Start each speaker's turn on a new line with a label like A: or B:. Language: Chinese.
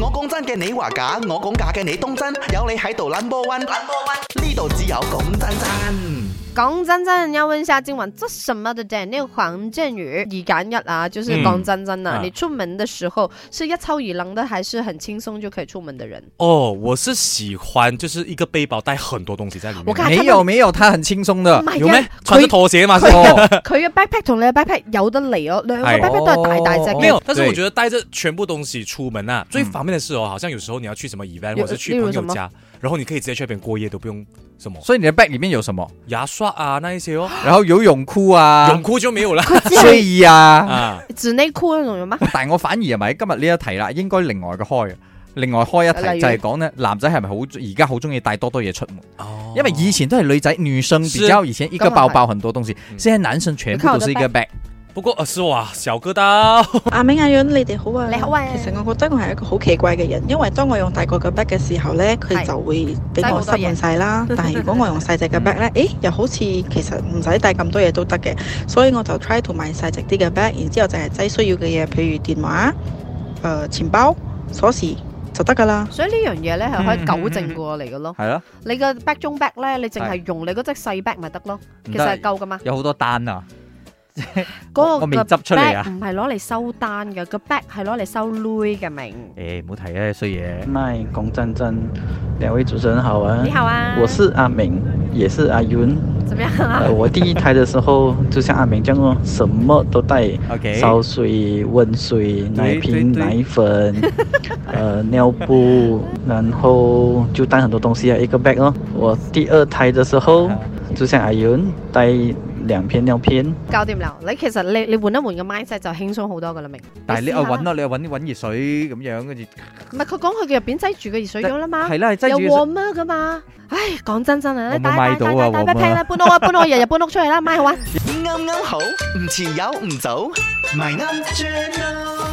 A: 我講真嘅，你話假；我講假嘅，你當真。有你喺度 number one，number one，呢度只有講真真。
B: 講真真要問一下，今晚做什麼的 Daniel 黃振宇？二揀一啊，就是講真真的、
C: 嗯啊
B: 你出門的時候是一抽二楞的，還是很輕鬆就可以出門的人？
C: 哦，我是喜歡就是一個背包带很多東西在裏面。
B: 我看
D: 没有没有，他很轻松的
B: 唔。係
C: 有咩
B: 啊？
C: 穿着拖鞋嘛？是
B: 佢
C: 不
D: 哦
B: 佢嘅 backpack 同你嘅 backpack 有得嚟哦，兩個
C: 係
B: backpack 都係大大隻
D: 哦
C: 没
B: 嘅。
C: 有，但是我
D: 对
C: 觉得带着全部东西出门啊，最方便的是哦，好像有时候你要去什么 event
B: 嗯有
C: 或者是
B: 例
C: 去
B: 如
C: 朋
B: 什
C: 友
B: 么啊
C: 家，然后你可以直接去那边过夜，都不用什么
D: 所以你的 bag 里面有什么？
C: 牙刷啊那一些哦，
D: 然后游泳裤啊，
C: 泳裤就没 有了
B: 佢只
D: 睡
B: 係
D: 衣啊。
C: 啊。
B: 紙內褲嗰種有嗎？
D: 但我反而係咪今日呢一題啦，應該另外嘅開，另外開一
B: 例
D: 題
B: 如
D: 就係講呢男仔係咪好而家好中意帶多多嘢出門？
C: 哦
D: 因為以前都係女仔，女生比
C: 是
D: 較以前一個包包
B: 啊
D: 很多東西，
C: 嗯
D: 現在男生全部都是一個 bag。
C: 不过呃是哇小疙瘩，
E: 阿明阿允，你哋好啊！
B: 你好啊
E: 其實我覺得我係一個好奇怪嘅人，因為當我用大個嘅筆嘅時候呢，佢
B: 係
E: 就會俾
B: 擠好
E: 我
B: 多
E: 塞
B: 嘢
E: 滿晒啦。但係如果我用細隻嘅筆呢，
B: 嗯
E: 誒又好似其實唔使帶咁多嘢都得嘅，所以我就 try to 買細隻啲嘅 bag，然之後就係擠需要嘅嘢，譬如電話、誒、錢包、鎖匙就得㗎啦。
B: 所以呢樣嘢咧係可以糾正過嚟嘅咯。
D: 係咯，
B: 你嘅 back 中 back 咧，你淨係用你嗰隻細 back 咪得咯，其實係夠噶嘛。
D: 有好多單啊，
B: 嗰
D: 我
B: 個
D: 我未
B: 嘅
D: 執出嚟啊
B: bag 唔係攞嚟收單嘅，個 back 係攞嚟收鐳嘅明。
D: 誒唔好提啊衰嘢。
F: 麦龚战战，两位主持人好啊
B: 你！好啊，
F: 我是阿明，也是阿云。
B: 怎麼樣啊？
F: 呃，我第一胎的时候就像阿明这样哦，什么都带，
D: OK，
F: 烧水、温水、奶瓶、
D: 对对
F: 奶粉， 呃，尿布，然后就带很多东西啊，一个 bag 哦。我第二胎的时候
D: 啊
F: 就像阿云，带两片尿片。
B: 搞掂啦！你其實你你換一換個 mindset 就輕鬆好多噶啦，明？
D: 但係你
B: 試
D: 啊
B: 下啦
D: 揾咯，你又揾揾熱水咁樣，跟住
B: 唔係佢講佢嘅入邊擠住個熱水咗啦嘛，
D: 係啦，係擠
B: 有
D: 住熱
B: w a
D: 水
B: r 噶嘛。唉，講真真啊，
D: 我
B: 你
D: 冇
B: 帶
D: 買
B: 帶
D: 到
B: 帶
D: 啊
B: 帶
D: 我冇
B: backpack 啦，搬屋啊搬屋，日日搬屋出嚟啦，買好啊！
A: 啱啱好，唔遲有唔早，咪啱 channel。